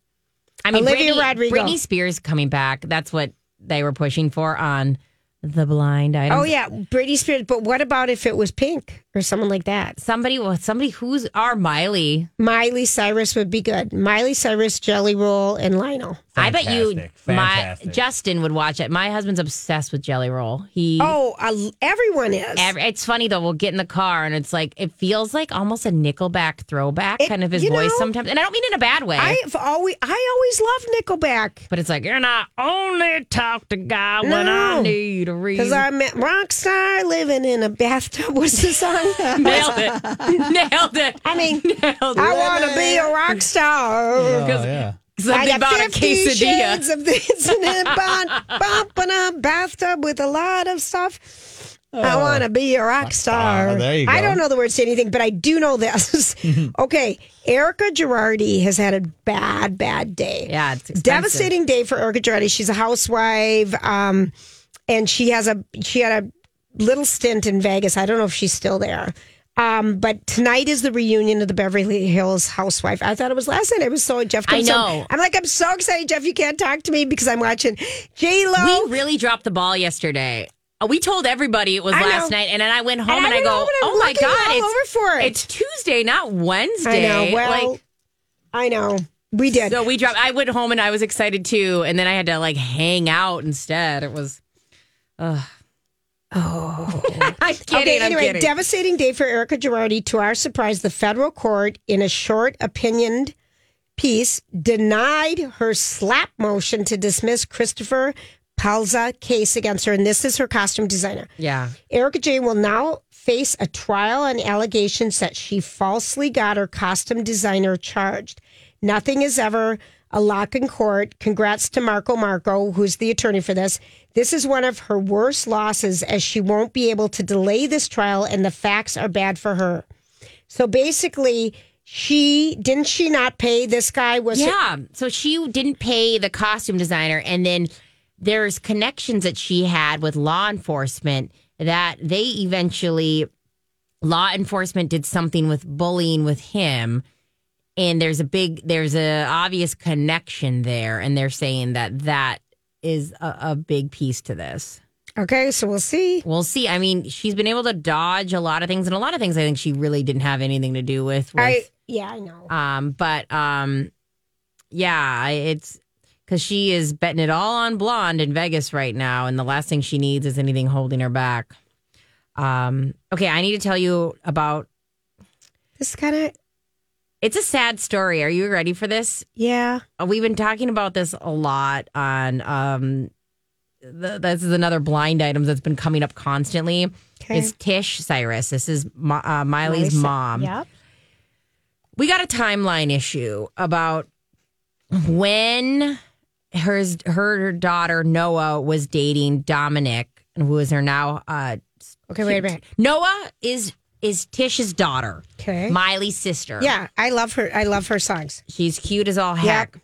Speaker 2: I mean,
Speaker 1: Olivia
Speaker 2: Britney,
Speaker 1: Rodrigo.
Speaker 2: Britney Spears coming back. That's what they were pushing for on the blind item.
Speaker 1: oh yeah, Brady Spears. But what about if it was Pink or someone like that?
Speaker 2: Somebody, well, somebody who's our Miley.
Speaker 1: Miley Cyrus would be good. Miley Cyrus, Jelly Roll, and Lionel.
Speaker 2: I bet you,
Speaker 3: Fantastic, fantastic.
Speaker 2: my Justin would watch it. My husband's obsessed with Jelly Roll. He
Speaker 1: Oh, uh, everyone is.
Speaker 2: Every- it's funny though. We'll get in the car and it's like it feels like almost a Nickelback throwback
Speaker 1: It-
Speaker 2: kind of his
Speaker 1: you
Speaker 2: voice
Speaker 1: know,
Speaker 2: sometimes, and I don't mean in a bad way.
Speaker 1: I've always I always loved Nickelback
Speaker 2: but it's like and I only talk to God when I
Speaker 1: No.
Speaker 2: need a
Speaker 1: because
Speaker 2: reason.
Speaker 1: I met rock star living in a bathtub. What's the song?
Speaker 2: Nailed it. Nailed it.
Speaker 1: I mean,
Speaker 2: Nailed
Speaker 1: I
Speaker 2: it.
Speaker 1: want to be a rock star.
Speaker 3: Oh, yeah.
Speaker 1: I
Speaker 2: Something
Speaker 1: got
Speaker 2: about a
Speaker 1: 50
Speaker 2: quesadilla.
Speaker 1: shades of this and a bon- bump in a bathtub with a lot of stuff. I want to be a rock star.
Speaker 3: Oh. Ah, there you
Speaker 1: I
Speaker 3: go.
Speaker 1: don't know the words to anything, but I do know this. okay, Erica Girardi has had a bad, bad day.
Speaker 2: Yeah, it's expensive.
Speaker 1: devastating day for Erica Girardi. She's a housewife, um, and she has a she had a little stint in Vegas. I don't know if she's still there. Um, but tonight is the reunion of the Beverly Hills Housewife. I thought it was last night. It was so Jeff.
Speaker 2: I
Speaker 1: comes home.
Speaker 2: know.
Speaker 1: I'm like, I'm so excited, Jeff. You can't talk to me because I'm watching J Lo.
Speaker 2: We really dropped the ball yesterday. Uh, We told everybody it was
Speaker 1: I know.
Speaker 2: last night, and then I went home
Speaker 1: And I
Speaker 2: and I,
Speaker 1: went
Speaker 2: go,
Speaker 1: home and I'm
Speaker 2: "Oh my
Speaker 1: looking
Speaker 2: god,
Speaker 1: all
Speaker 2: it's
Speaker 1: over for it."
Speaker 2: It's Tuesday, not Wednesday."
Speaker 1: I know. Well,
Speaker 2: like,
Speaker 1: I know. We did.
Speaker 2: so we dropped. I went home and I was excited too, and then I had to like hang out instead. It was, ugh. oh, I'm kidding.
Speaker 1: Okay,
Speaker 2: I'm
Speaker 1: anyway,
Speaker 2: kidding.
Speaker 1: devastating day for Erica Girardi. To our surprise, the federal court, in a short opinioned piece, denied her slap motion to dismiss Christopher Palza case against her. And this is her costume designer.
Speaker 2: yeah,
Speaker 1: Erica Jane will now face a trial on allegations that she falsely got her costume designer charged. Nothing is ever a lock in court. Congrats to Marco Marco, who's the attorney for this. This is one of her worst losses as she won't be able to delay this trial and the facts are bad for her. So basically, she didn't she not pay this guy was
Speaker 2: yeah. So she didn't pay the costume designer, and then there's connections that she had with law enforcement that they eventually law enforcement did something with bullying with him and there's a big there's a obvious connection there and they're saying that that is a, a big piece to this
Speaker 1: okay, so we'll see.
Speaker 2: we'll see i mean she's been able to dodge a lot of things and a lot of things i think she really didn't have anything to do with, with
Speaker 1: I yeah, I know.
Speaker 2: um, but um, yeah, I- it's because she is betting it all on blonde in Vegas right now, and the last thing she needs is anything holding her back. Um, okay, I need to tell you about.
Speaker 1: This kind of
Speaker 2: It's a sad story. Are you ready for this?
Speaker 1: yeah.
Speaker 2: Uh, We've been talking about this a lot on. Um, th- this is another blind item that's been coming up constantly.
Speaker 1: Okay.
Speaker 2: Is Tish Cyrus? This is Mi- uh, Miley's mom.
Speaker 1: Yep.
Speaker 2: we got a timeline issue about when her her daughter Noah was dating Dominic, who is her now. Uh,
Speaker 1: Okay, wait a minute.
Speaker 2: Noah is is Tish's daughter,
Speaker 1: Okay.
Speaker 2: Miley's sister.
Speaker 1: Yeah, I love her. I love her songs.
Speaker 2: she's cute as all heck.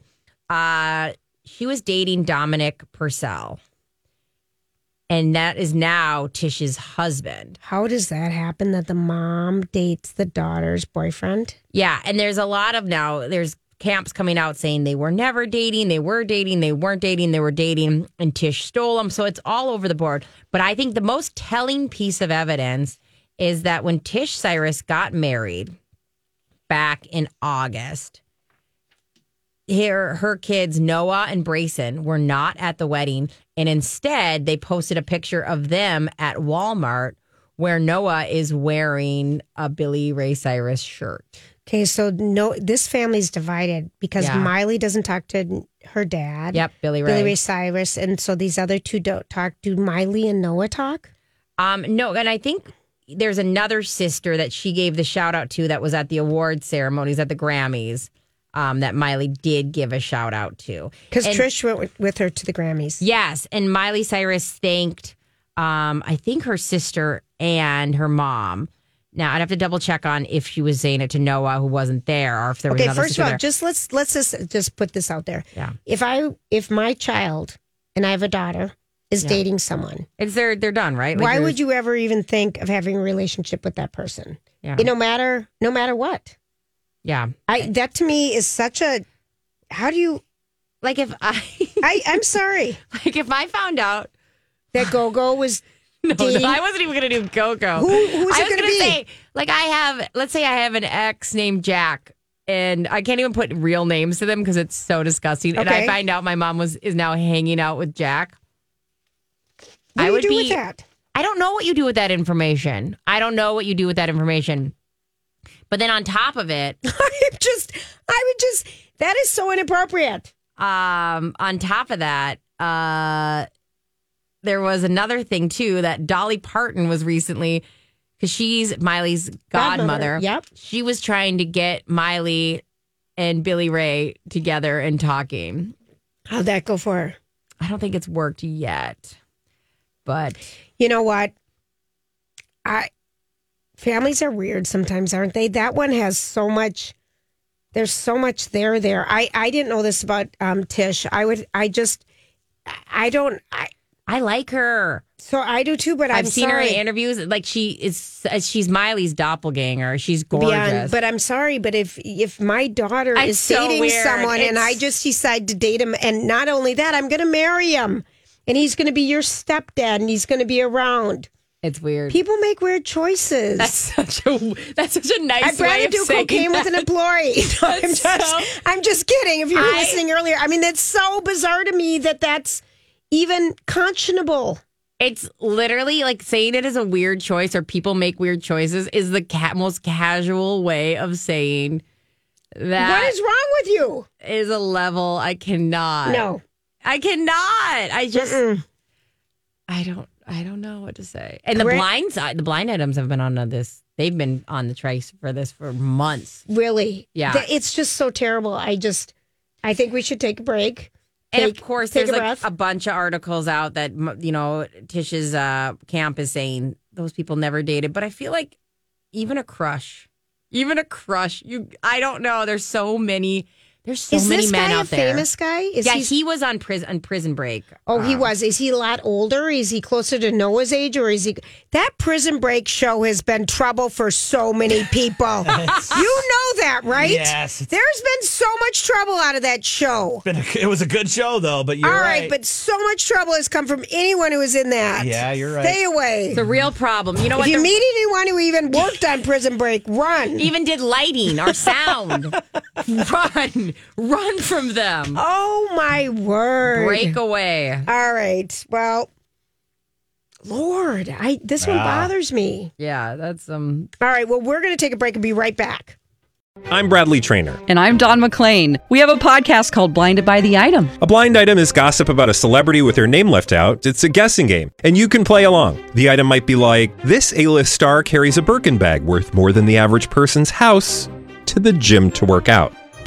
Speaker 2: Uh, she was dating Dominic Purcell, and that is now Tish's husband.
Speaker 1: How does that happen that the mom dates the daughter's boyfriend?
Speaker 2: Yeah, and there's a lot of now there's camps coming out saying they were never dating, they were dating, they weren't dating, they were dating, and Tish stole them. So it's all over the board. But I think the most telling piece of evidence is that when Tish Cyrus got married back in August, her her kids Noah and Brayson were not at the wedding, and instead they posted a picture of them at Walmart where Noah is wearing a Billy Ray Cyrus shirt.
Speaker 1: Okay, so no, this family's divided because
Speaker 2: Yeah.
Speaker 1: Miley doesn't talk to her dad.
Speaker 2: Yep, Billy Ray.
Speaker 1: Billy Ray Cyrus, and so these other two don't talk. Do Miley and Noah talk?
Speaker 2: Um, no, and I think there's another sister that she gave the shout out to that was at the award ceremonies at the Grammys. Um, that Miley did give a shout out to.
Speaker 1: Because
Speaker 2: And-
Speaker 1: Trish went with, with her to the Grammys.
Speaker 2: Yes, and Miley Cyrus thanked, um, I think her sister and her mom. Now I'd have to double check on if she was saying it to Noah, who wasn't there, or if there was
Speaker 1: Okay,
Speaker 2: another
Speaker 1: first
Speaker 2: sister
Speaker 1: of all,
Speaker 2: there.
Speaker 1: just let's let's just just put this out there.
Speaker 2: Yeah.
Speaker 1: If I if my child and I have a daughter is dating someone,
Speaker 2: it's they're they're done, right? Like
Speaker 1: why
Speaker 2: there's-
Speaker 1: would you ever even think of having a relationship with that person?
Speaker 2: Yeah.
Speaker 1: It no matter no matter what.
Speaker 2: Yeah,
Speaker 1: I that to me is such a how do you
Speaker 2: like if I
Speaker 1: I I'm sorry
Speaker 2: like if I found out
Speaker 1: that Gogo was
Speaker 2: Oh, No,
Speaker 1: dating-
Speaker 2: no, I wasn't even going to do go-go.
Speaker 1: Who- who's
Speaker 2: I
Speaker 1: it
Speaker 2: was
Speaker 1: gonna
Speaker 2: gonna
Speaker 1: be?
Speaker 2: say, like, I have, let's say I have an ex named Jack, and I can't even put real names to them because it's so disgusting. And I
Speaker 1: Okay.
Speaker 2: find out my mom was is now hanging out with Jack.
Speaker 1: what do
Speaker 2: I
Speaker 1: you
Speaker 2: would
Speaker 1: do with
Speaker 2: be-
Speaker 1: that?
Speaker 2: I don't know what you do with that information. I don't know what you do with that information. But then on top of it,
Speaker 1: I just I would just that is so inappropriate.
Speaker 2: um, on top of that, uh, there was another thing too that Dolly Parton was recently because she's Miley's godmother.
Speaker 1: Godmother, yep.
Speaker 2: she was trying to get Miley and Billy Ray together and talking.
Speaker 1: How'd that go for her?
Speaker 2: I don't think it's worked yet, but
Speaker 1: You know what? I families are weird sometimes, aren't they? That one has so much. There's so much there. There, I I didn't know this about um, Tish. I would. I just. I don't. I
Speaker 2: I like her.
Speaker 1: so I do too. But i
Speaker 2: I've seen her in interviews. Like she is, uh, she's Miley's doppelganger. She's gorgeous.
Speaker 1: Beyond, but I'm sorry, but if if my daughter
Speaker 2: It's
Speaker 1: is
Speaker 2: so
Speaker 1: dating
Speaker 2: weird.
Speaker 1: someone and I
Speaker 2: It's-
Speaker 1: just decide to date him, and not only that, I'm going to marry him, and he's going to be your stepdad, and he's going to be around.
Speaker 2: it's weird.
Speaker 1: People make weird choices.
Speaker 2: that's such a that's such a nice.
Speaker 1: I'd rather
Speaker 2: way of
Speaker 1: do
Speaker 2: saying
Speaker 1: cocaine
Speaker 2: that.
Speaker 1: with an employee. No, I'm
Speaker 2: That's
Speaker 1: just,
Speaker 2: so-
Speaker 1: I'm just kidding. If you were
Speaker 2: I-
Speaker 1: listening earlier, I mean, that's so bizarre to me that that's even conscionable.
Speaker 2: It's literally like saying it is a weird choice or people make weird choices is the ca- most casual way of saying that
Speaker 1: what is wrong with you?
Speaker 2: is a level I cannot.
Speaker 1: no,
Speaker 2: I cannot. I just I don't I don't know what to say. And the
Speaker 1: We're-
Speaker 2: blind side, the blind items have been on this. They've been on the trace for this for months.
Speaker 1: really.
Speaker 2: Yeah.
Speaker 1: Th- it's just so terrible. I just, I think we should take a break.
Speaker 2: and
Speaker 1: Take-
Speaker 2: of course,
Speaker 1: take
Speaker 2: there's
Speaker 1: a
Speaker 2: like
Speaker 1: breath.
Speaker 2: a bunch of articles out that m- you know Tish's uh, camp is saying those people never dated. But I feel like even a crush, even a crush, you I don't know. There's so many. There's so
Speaker 1: is
Speaker 2: many
Speaker 1: this
Speaker 2: men
Speaker 1: guy
Speaker 2: out
Speaker 1: a
Speaker 2: there.
Speaker 1: famous guy? Is
Speaker 2: yeah,
Speaker 1: he?
Speaker 2: he um, was on prison on Prison Break.
Speaker 1: Oh, he was. Is he a lot older? Is he closer to Noah's age, or is he? That Prison Break show has been trouble for so many people. you know that, right?
Speaker 3: Yes.
Speaker 1: There's been so much trouble out of that show.
Speaker 3: Been a- it was a good show though, but you're
Speaker 1: All right.
Speaker 3: right.
Speaker 1: but so much trouble has come from anyone who was in that.
Speaker 3: Yeah, you're right.
Speaker 1: Stay away.
Speaker 2: The real problem, you know
Speaker 1: If
Speaker 2: what?
Speaker 1: you
Speaker 2: The-
Speaker 1: meet anyone who even worked on Prison Break, run.
Speaker 2: even did lighting or sound. run, run from them.
Speaker 1: Oh my word!
Speaker 2: Break away.
Speaker 1: All right. Well, Lord, I this one bothers me.
Speaker 2: Yeah, that's um.
Speaker 1: All right. Well, we're going to take a break and be right back.
Speaker 6: I'm Bradley Trainer.
Speaker 7: And I'm Don McClain. We have a podcast called Blinded by the Item.
Speaker 6: A blind item is gossip about a celebrity with their name left out. It's a guessing game, and you can play along. The item might be like this: A-list star carries a Birkin bag worth more than the average person's house to the gym to work out.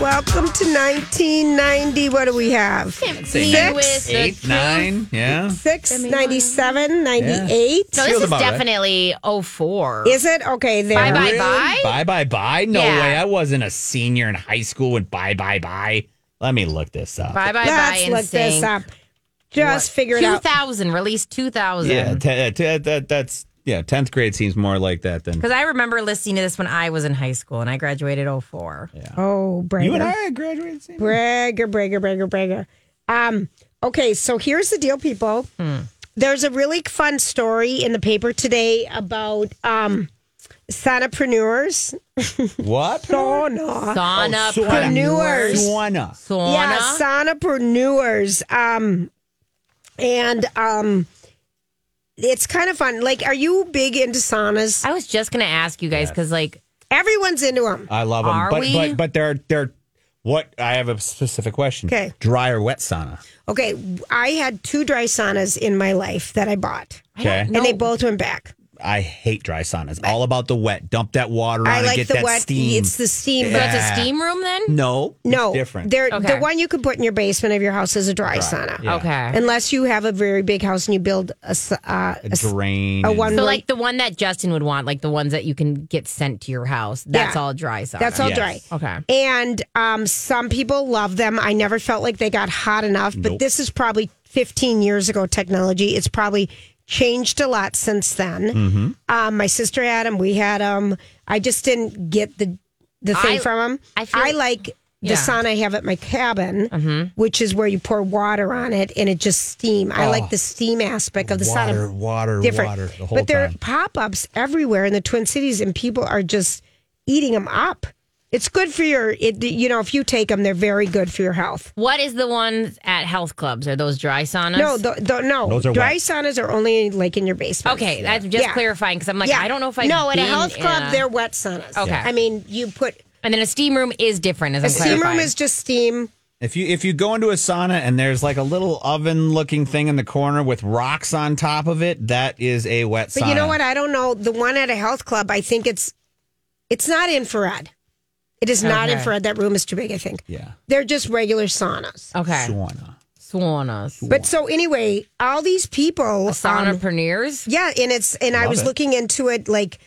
Speaker 1: Welcome to 1990. What do we have?
Speaker 2: with the
Speaker 3: Eight,
Speaker 2: truth.
Speaker 3: nine, yeah.
Speaker 1: 6, 97, 98.
Speaker 2: No,
Speaker 3: Feels
Speaker 2: this is
Speaker 3: about right.
Speaker 2: definitely oh four.
Speaker 1: Is it? Okay, there.
Speaker 2: Bye, bye, bye.
Speaker 3: Bye bye bye. No
Speaker 2: Yeah.
Speaker 3: way. I wasn't a senior in high school when bye bye bye. Let me look this up.
Speaker 2: Bye bye bye.
Speaker 1: Let's
Speaker 2: and
Speaker 1: look this
Speaker 2: sing.
Speaker 1: up. Just figure it
Speaker 2: Two
Speaker 1: out.
Speaker 2: thousand released two thousand.
Speaker 3: Yeah, te- te- that- that's yeah. Tenth grade seems more like that than
Speaker 2: Because I remember listening to this when I was in high school and I graduated 04.
Speaker 1: Oh, bragger.
Speaker 3: you and I graduated. Same
Speaker 1: Bragger, bragger, bragger, bragger. Um, okay, so here's the deal, people.
Speaker 2: Hmm.
Speaker 1: There's a really fun story in the paper today about um, sonopreneurs.
Speaker 3: What?
Speaker 1: Oh, Sauna.
Speaker 3: Oh,
Speaker 2: Sauna
Speaker 1: Preneurs.
Speaker 3: Sauna.
Speaker 2: Sauna.
Speaker 1: Yeah, sonopreneurs. Um, and um, it's kind of fun. Like, are you big into saunas?
Speaker 2: I was just going to ask you guys because, like,
Speaker 1: Everyone's into them.
Speaker 3: I love them,
Speaker 2: Are
Speaker 3: but
Speaker 2: we?
Speaker 3: but but they're they're what? I have a specific question.
Speaker 1: 'Kay.
Speaker 3: Dry or wet sauna?
Speaker 1: Okay, I had two dry saunas in my life that I bought,
Speaker 3: Okay.
Speaker 1: and they both went back.
Speaker 3: I hate dry saunas. All about the wet. Dump that water on
Speaker 1: I
Speaker 3: and
Speaker 1: like
Speaker 3: get
Speaker 1: the
Speaker 3: that
Speaker 1: wet.
Speaker 3: steam.
Speaker 1: It's the steam.
Speaker 2: so
Speaker 1: but
Speaker 2: it's
Speaker 3: Yeah.
Speaker 2: a steam room then?
Speaker 3: no, it's
Speaker 1: No,
Speaker 3: different.
Speaker 1: They're,
Speaker 2: Okay.
Speaker 1: The one you could put in your basement of your house is a dry, sauna,
Speaker 3: Yeah.
Speaker 2: Okay.
Speaker 1: unless you have a very big house and you build a s- uh, a,
Speaker 3: A
Speaker 1: s-
Speaker 3: drain.
Speaker 1: a
Speaker 3: and-
Speaker 1: one
Speaker 2: so,
Speaker 1: room.
Speaker 2: like, the one that Justin would want, like the ones that you can get sent to your house, that's
Speaker 1: Yeah.
Speaker 2: all dry sauna.
Speaker 1: That's all
Speaker 3: Yes.
Speaker 1: dry.
Speaker 2: Okay.
Speaker 1: And um, some people love them. I never felt like they got hot enough, but
Speaker 3: Nope.
Speaker 1: this is probably 15 years ago technology. It's probably changed a lot since then.
Speaker 2: Mm-hmm.
Speaker 1: Um, my sister had them. We had them. I just didn't get the the thing
Speaker 2: I-
Speaker 1: from them.
Speaker 2: I feel-
Speaker 1: like the
Speaker 2: Yeah. Mm-hmm.
Speaker 1: sauna I have at my cabin, which is where you pour water on it and it just steam. I
Speaker 2: Oh.
Speaker 1: like the steam aspect of the
Speaker 3: water,
Speaker 1: sauna
Speaker 3: water,
Speaker 1: different.
Speaker 3: water. The whole
Speaker 1: but there
Speaker 3: time.
Speaker 1: are pop ups everywhere in the Twin Cities, and people are just eating them up. It's good for your, it, you know, if you take them, they're very good for your health.
Speaker 2: What is the ones at health clubs? Are those dry saunas?
Speaker 1: No, th- th- no,
Speaker 3: Those are
Speaker 1: dry
Speaker 3: wet.
Speaker 1: saunas are only like in your basement.
Speaker 2: okay, I'm just
Speaker 1: Yeah.
Speaker 2: clarifying because I'm like,
Speaker 1: Yeah.
Speaker 2: I don't know if I
Speaker 1: no at a
Speaker 2: been
Speaker 1: health
Speaker 2: in
Speaker 1: club
Speaker 2: a-
Speaker 1: they're wet saunas.
Speaker 2: Okay.
Speaker 1: I mean you put
Speaker 2: And then a steam room is different. As
Speaker 1: a
Speaker 2: I'm
Speaker 1: steam room
Speaker 2: clarifying.
Speaker 1: is just steam.
Speaker 3: If you if you go into a sauna and there's like a little oven looking thing in the corner with rocks on top of it, that is a wet sauna.
Speaker 1: But you know what? I don't know. The one at a health club, I think it's it's not infrared. It is not
Speaker 2: Okay.
Speaker 1: infrared. That room is too big, I think.
Speaker 3: Yeah.
Speaker 1: They're just regular saunas.
Speaker 2: Okay.
Speaker 3: Sauna.
Speaker 2: Saunas.
Speaker 1: But so anyway, all these people um,
Speaker 2: Saunapreneurs.
Speaker 1: yeah, and it's and I
Speaker 3: Love
Speaker 1: was
Speaker 3: it.
Speaker 1: looking into it like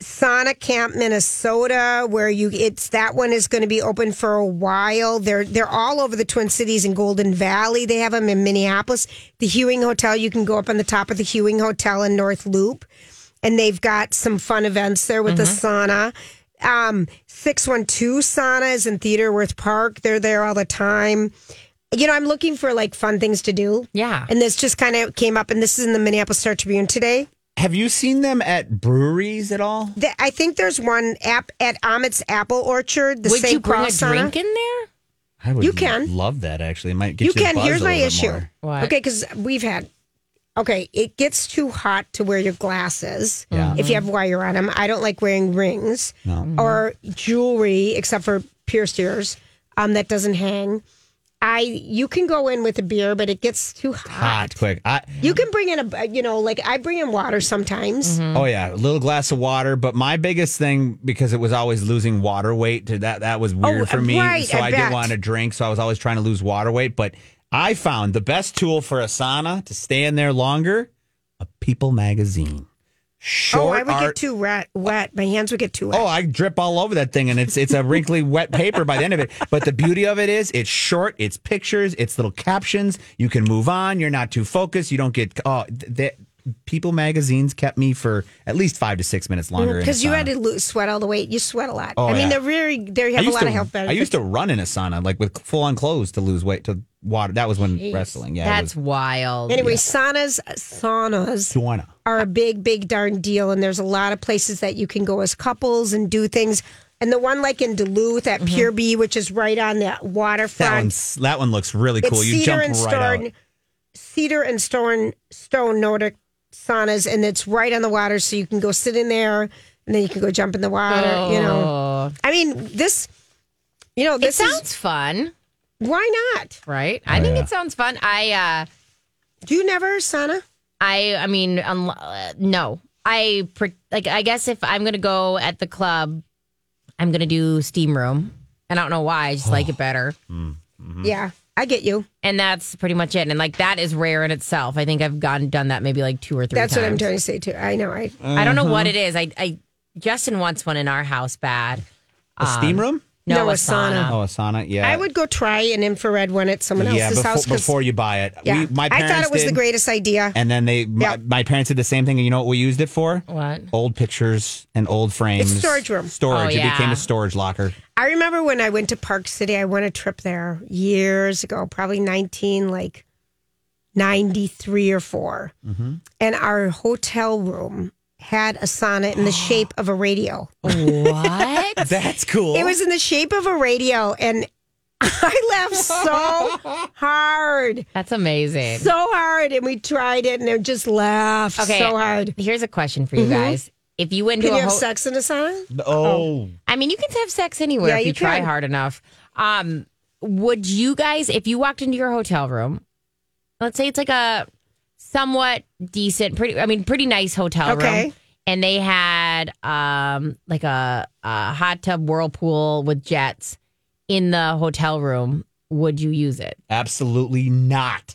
Speaker 1: Sauna Camp Minnesota, where you it's that one is going to be open for a while. They're they're all over the Twin Cities and Golden Valley. They have them in Minneapolis. The Hewing Hotel, you can go up on the top of the Hewing Hotel in North Loop, and they've got some fun events there with
Speaker 3: Mm-hmm.
Speaker 1: the sauna. Um, six one two sauna is in Theater Worth Park. They're there all the time. You know, I'm looking for like fun things to do.
Speaker 2: Yeah.
Speaker 1: And this just kind of came up, and this is in the Minneapolis Star Tribune today.
Speaker 3: Have you seen them at breweries at all?
Speaker 1: The- I think there's one app at Amit's Apple Orchard. The
Speaker 2: Would
Speaker 1: St.
Speaker 2: you bring a
Speaker 1: Croix sauna.
Speaker 2: drink in there?
Speaker 3: I would
Speaker 1: You can.
Speaker 3: love that. Actually, it might get
Speaker 1: You
Speaker 3: you. the
Speaker 1: can.
Speaker 3: buzz
Speaker 1: Here's
Speaker 3: a
Speaker 1: my
Speaker 3: little bit
Speaker 1: issue.
Speaker 3: more.
Speaker 2: What?
Speaker 1: Okay, because we've had. Okay, it gets too hot to wear your glasses.
Speaker 3: Yeah.
Speaker 1: If you have wire on them, I don't like wearing rings
Speaker 3: No.
Speaker 2: Mm-hmm.
Speaker 1: or jewelry except for pierced ears. Um, that doesn't hang. I you can go in with a beer, but it gets too hot.
Speaker 3: Hot, quick. I,
Speaker 1: You can bring in a you know like I bring in water sometimes.
Speaker 3: Oh yeah, a little glass of water. But my biggest thing because it was always losing water weight. to That that was weird
Speaker 1: Oh,
Speaker 3: for me.
Speaker 1: right,
Speaker 3: so
Speaker 1: I
Speaker 3: I, didn't
Speaker 1: bet.
Speaker 3: want to drink. So I was always trying to lose water weight. But I found the best tool for a sauna to stay in there longer: a People magazine.
Speaker 1: Oh,
Speaker 3: Short
Speaker 1: I would
Speaker 3: art.
Speaker 1: get too wet. Wet, my hands would get too wet.
Speaker 3: Oh, I drip all over that thing, and it's it's a wrinkly, wet paper by the end of it. But the beauty of it is, it's short, it's pictures, it's little captions. You can move on. You're not too focused. You don't get oh, th- that People magazines kept me for at least five to six minutes longer in a
Speaker 1: Because you had
Speaker 3: sauna.
Speaker 1: to lose, sweat all the way. You sweat a lot.
Speaker 3: Oh,
Speaker 1: I mean,
Speaker 3: yeah.
Speaker 1: they're very, they
Speaker 3: I
Speaker 1: have a
Speaker 3: used
Speaker 1: lot
Speaker 3: to-
Speaker 1: of health
Speaker 3: I
Speaker 1: benefits.
Speaker 3: used to run in a sauna like with full on clothes to lose weight to water. That was when wrestling. Yeah, it
Speaker 2: That's
Speaker 3: was
Speaker 2: wild.
Speaker 1: Anyway, saunas, saunas
Speaker 3: sauna.
Speaker 1: are a big, big darn deal. And there's a lot of places that you can go as couples and do things. And the one like in Duluth at Pier B, which is right on that
Speaker 3: Mm-hmm. That
Speaker 1: waterfront.
Speaker 3: one's that one looks really cool.
Speaker 1: It's
Speaker 3: you
Speaker 1: Cedar
Speaker 3: jump
Speaker 1: and
Speaker 3: right
Speaker 1: Stone,
Speaker 3: out.
Speaker 1: Cedar and Stone Stone Nordic saunas, and it's right on the water, so you can go sit in there, and then you can go jump in the water. You
Speaker 2: Oh.
Speaker 1: know, I mean this. You know,
Speaker 2: it
Speaker 1: this is
Speaker 2: sounds fun,
Speaker 1: why not?
Speaker 2: right? I think it sounds fun. I, uh,
Speaker 1: Do you never sauna?
Speaker 2: I, I mean, um, uh, no. I pre- like. I guess if I'm gonna go at the club, I'm gonna do steam room. And I don't know why. I just like
Speaker 1: Oh.
Speaker 2: it better.
Speaker 3: Mm-hmm.
Speaker 1: Yeah, I get you.
Speaker 2: And that's pretty much it. And like that is rare in itself. I think I've gone done that maybe like two or three.
Speaker 1: That's what I'm Mm-hmm.
Speaker 2: times.
Speaker 1: trying to say too. I know. I
Speaker 3: Uh,
Speaker 2: I don't know what it is. I, I Justin wants one in our house bad.
Speaker 3: A steam room?
Speaker 2: No,
Speaker 1: No,
Speaker 2: a
Speaker 1: a sauna.
Speaker 2: sauna.
Speaker 3: Oh, a sauna. Yeah,
Speaker 1: Um, I would go try an infrared one at someone
Speaker 3: Yeah,
Speaker 1: else's
Speaker 3: before,
Speaker 1: house. 'cause-
Speaker 3: before you buy it.
Speaker 1: yeah,
Speaker 3: We, my
Speaker 1: I thought
Speaker 3: parents
Speaker 1: it was the
Speaker 3: did.
Speaker 1: greatest idea.
Speaker 3: And then they, my,
Speaker 1: Yeah.
Speaker 3: my parents did the same thing. And you know what we used it for?
Speaker 2: What?
Speaker 3: Old pictures and old frames.
Speaker 1: It's storage room.
Speaker 3: Storage.
Speaker 2: Oh,
Speaker 3: It became
Speaker 2: yeah.
Speaker 3: a storage locker.
Speaker 1: I remember when I went to Park City, I went a trip there years ago, probably 19, like 93 or 4.
Speaker 3: Mm-hmm.
Speaker 1: And our hotel room had a sauna in the shape of a radio.
Speaker 2: What?
Speaker 3: That's cool.
Speaker 1: It was in the shape of a radio. And I laughed so hard,
Speaker 2: That's amazing.
Speaker 1: so hard. And we tried it and I just laughed
Speaker 2: Okay.
Speaker 1: so hard.
Speaker 2: Here's a question for you guys. If you went
Speaker 1: Mm-hmm.
Speaker 2: to
Speaker 1: Can
Speaker 2: a
Speaker 1: you have
Speaker 2: ho-
Speaker 1: sex in a sauna?
Speaker 3: oh,
Speaker 2: I mean, you can have sex anywhere
Speaker 1: Yeah,
Speaker 2: if you,
Speaker 1: you
Speaker 2: try
Speaker 1: can.
Speaker 2: hard enough. Um, would you guys, if you walked into your hotel room, let's say it's like a somewhat decent, pretty, I mean, pretty nice hotel room,
Speaker 1: Okay.
Speaker 2: and they had um like a, a hot tub whirlpool with jets in the hotel room, would you use it?
Speaker 3: absolutely not.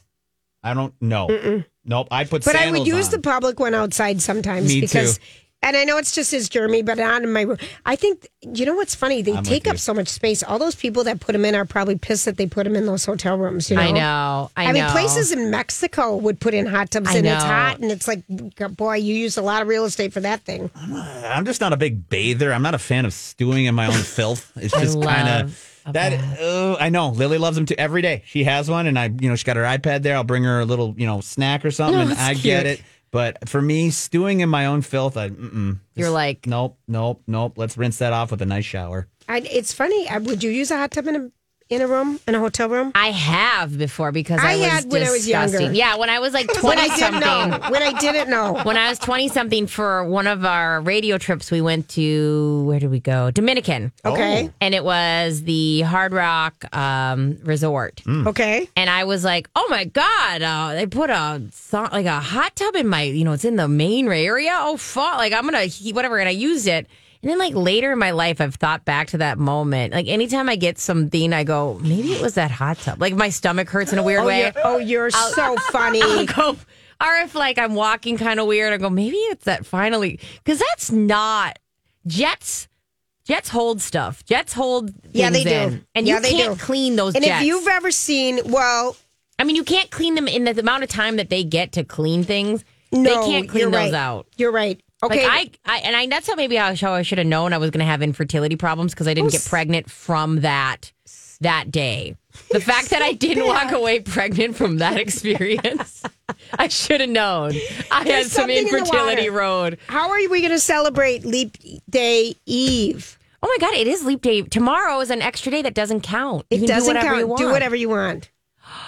Speaker 3: I don't know. Nope. I put
Speaker 1: But I
Speaker 3: sandals
Speaker 1: would use
Speaker 3: on.
Speaker 1: the public one outside sometimes
Speaker 3: Me
Speaker 1: because,
Speaker 3: too.
Speaker 1: and I know it's just as germy, but not in my room. I think you know what's funny? They
Speaker 3: I'm with
Speaker 1: take up
Speaker 3: you.
Speaker 1: so much space. All those people that put them in are probably pissed that they put them in those hotel rooms. You know,
Speaker 2: I know. I,
Speaker 1: I, mean,
Speaker 2: know.
Speaker 1: places in Mexico would put in hot tubs,
Speaker 2: I
Speaker 1: and
Speaker 2: know.
Speaker 1: it's hot, and it's like, boy, you used a lot of real estate for that thing.
Speaker 3: I'm just not a big bather. I'm not a fan of stewing in my own filth. It's just
Speaker 2: love
Speaker 3: kind
Speaker 2: a
Speaker 3: of that. Oh, I know Lily loves them too. Every day she has one, and I, you know, she got her iPad there. I'll bring her a little, you know, snack or something,
Speaker 2: Oh,
Speaker 3: and I get it. But for me, stewing in my own filth, I, mm-mm.
Speaker 2: You're
Speaker 3: Just,
Speaker 2: like-
Speaker 3: nope, nope, nope. Let's rinse that off with a nice shower.
Speaker 1: I, it's funny. I, would you use a hot tub in a in a room, in a hotel room?
Speaker 2: I have before because I,
Speaker 1: I
Speaker 2: was
Speaker 1: had when I was
Speaker 2: disgusting.
Speaker 1: younger.
Speaker 2: Yeah, when I was like
Speaker 1: When
Speaker 2: twenty
Speaker 1: I didn't know.
Speaker 2: something.
Speaker 1: When I didn't know.
Speaker 2: When I was twenty something for one of our radio trips, we went to where did we go? Dominican,
Speaker 1: Okay.
Speaker 2: and it was the Hard Rock um, Resort.
Speaker 1: Okay.
Speaker 2: And I was like, oh my God, uh, they put a so- like a hot tub in my, you know, it's in the main area. Oh, fuck. Like, I'm going to, he whatever. And I used it. And then, like, later in my life, I've thought back to that moment. Like, anytime I get something, I go, maybe it was that hot tub. Like, my stomach hurts in a weird
Speaker 1: Oh,
Speaker 2: way.
Speaker 1: you're, oh, you're so funny.
Speaker 2: I'll go, or if, like, I'm walking kind of weird, I go, maybe it's that finally, because that's not Jets. Jets hold stuff. Jets hold
Speaker 1: Yeah, they
Speaker 2: things
Speaker 1: do.
Speaker 2: in. and
Speaker 1: Yeah,
Speaker 2: you
Speaker 1: they
Speaker 2: can't
Speaker 1: do.
Speaker 2: clean those.
Speaker 1: And
Speaker 2: jets.
Speaker 1: if you've ever seen, well,
Speaker 2: I mean, you can't clean them in the amount of time that they get to clean things.
Speaker 1: no,
Speaker 2: they can't clean
Speaker 1: you're
Speaker 2: those
Speaker 1: right.
Speaker 2: out.
Speaker 1: You're right. Okay.
Speaker 2: Like I, I, and I, that's how maybe I, how I should have known I was going to have infertility problems because I didn't
Speaker 1: Oh,
Speaker 2: get pregnant from that that day. The fact that I didn't walk away pregnant from that experience, I should have known. I
Speaker 1: There's
Speaker 2: had some
Speaker 1: something in the
Speaker 2: infertility
Speaker 1: water.
Speaker 2: road.
Speaker 1: How are we going to celebrate Leap Day Eve?
Speaker 2: Oh my god, it is leap day. Tomorrow is an extra day that doesn't count.
Speaker 1: It
Speaker 2: You can do
Speaker 1: doesn't
Speaker 2: whatever
Speaker 1: count.
Speaker 2: you want.
Speaker 1: Do whatever you want.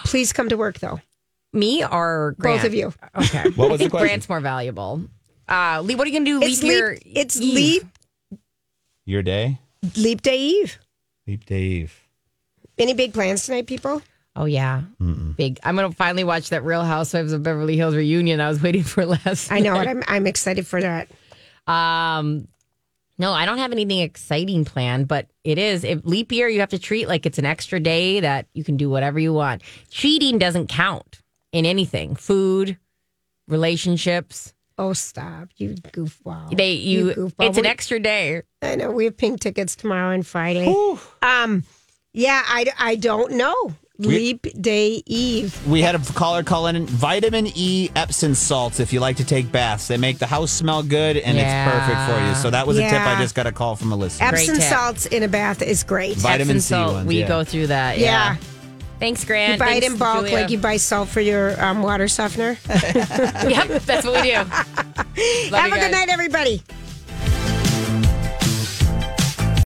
Speaker 1: Please come to work though,
Speaker 2: Me or Grant?
Speaker 1: both of you.
Speaker 2: Okay.
Speaker 3: What was
Speaker 2: I
Speaker 3: the
Speaker 2: think
Speaker 3: question?
Speaker 2: Grant's more valuable. Uh, Lee, what are you gonna do? Leap
Speaker 1: It's leap.
Speaker 2: year
Speaker 1: It's
Speaker 2: Eve?
Speaker 1: leap.
Speaker 3: Your day?
Speaker 1: Leap Day Eve.
Speaker 3: Leap Day Eve.
Speaker 1: Any big plans tonight, people?
Speaker 2: Oh yeah, big. I'm gonna finally watch that Real Housewives of Beverly Hills reunion. I was waiting for last.
Speaker 1: I know it. I'm I'm excited for that.
Speaker 2: Um, no, I don't have anything exciting planned, but it is if leap year. You have to treat like it's an extra day that you can do whatever you want. Cheating doesn't count in anything. Food, relationships.
Speaker 1: Oh, stop, you goofball!
Speaker 2: They you.
Speaker 1: goofball.
Speaker 2: it's an
Speaker 1: We-
Speaker 2: extra day.
Speaker 1: I know we have pink tickets tomorrow and Friday. Um, yeah, I I don't know. Leap Day Eve.
Speaker 3: We had a caller call in vitamin E Epsom salts if you like to take baths. They make the house smell good and
Speaker 2: Yeah.
Speaker 3: it's perfect for you. So that was a tip
Speaker 1: Yeah.
Speaker 3: I just got a call from a listener.
Speaker 1: Epsom
Speaker 2: tip.
Speaker 1: salts in a bath is great.
Speaker 3: Vitamin
Speaker 2: Epsom
Speaker 3: C
Speaker 2: salt,
Speaker 3: ones,
Speaker 2: We
Speaker 3: yeah.
Speaker 2: go through that. Yeah.
Speaker 1: Yeah.
Speaker 2: Thanks,
Speaker 1: You
Speaker 2: Grant.
Speaker 1: buy it
Speaker 2: Thanks,
Speaker 1: in bulk
Speaker 2: Julia.
Speaker 1: like you buy salt for your um, water softener.
Speaker 2: yep, that's what we do. Love
Speaker 1: Have
Speaker 2: you
Speaker 1: a
Speaker 2: guys.
Speaker 1: good night, everybody.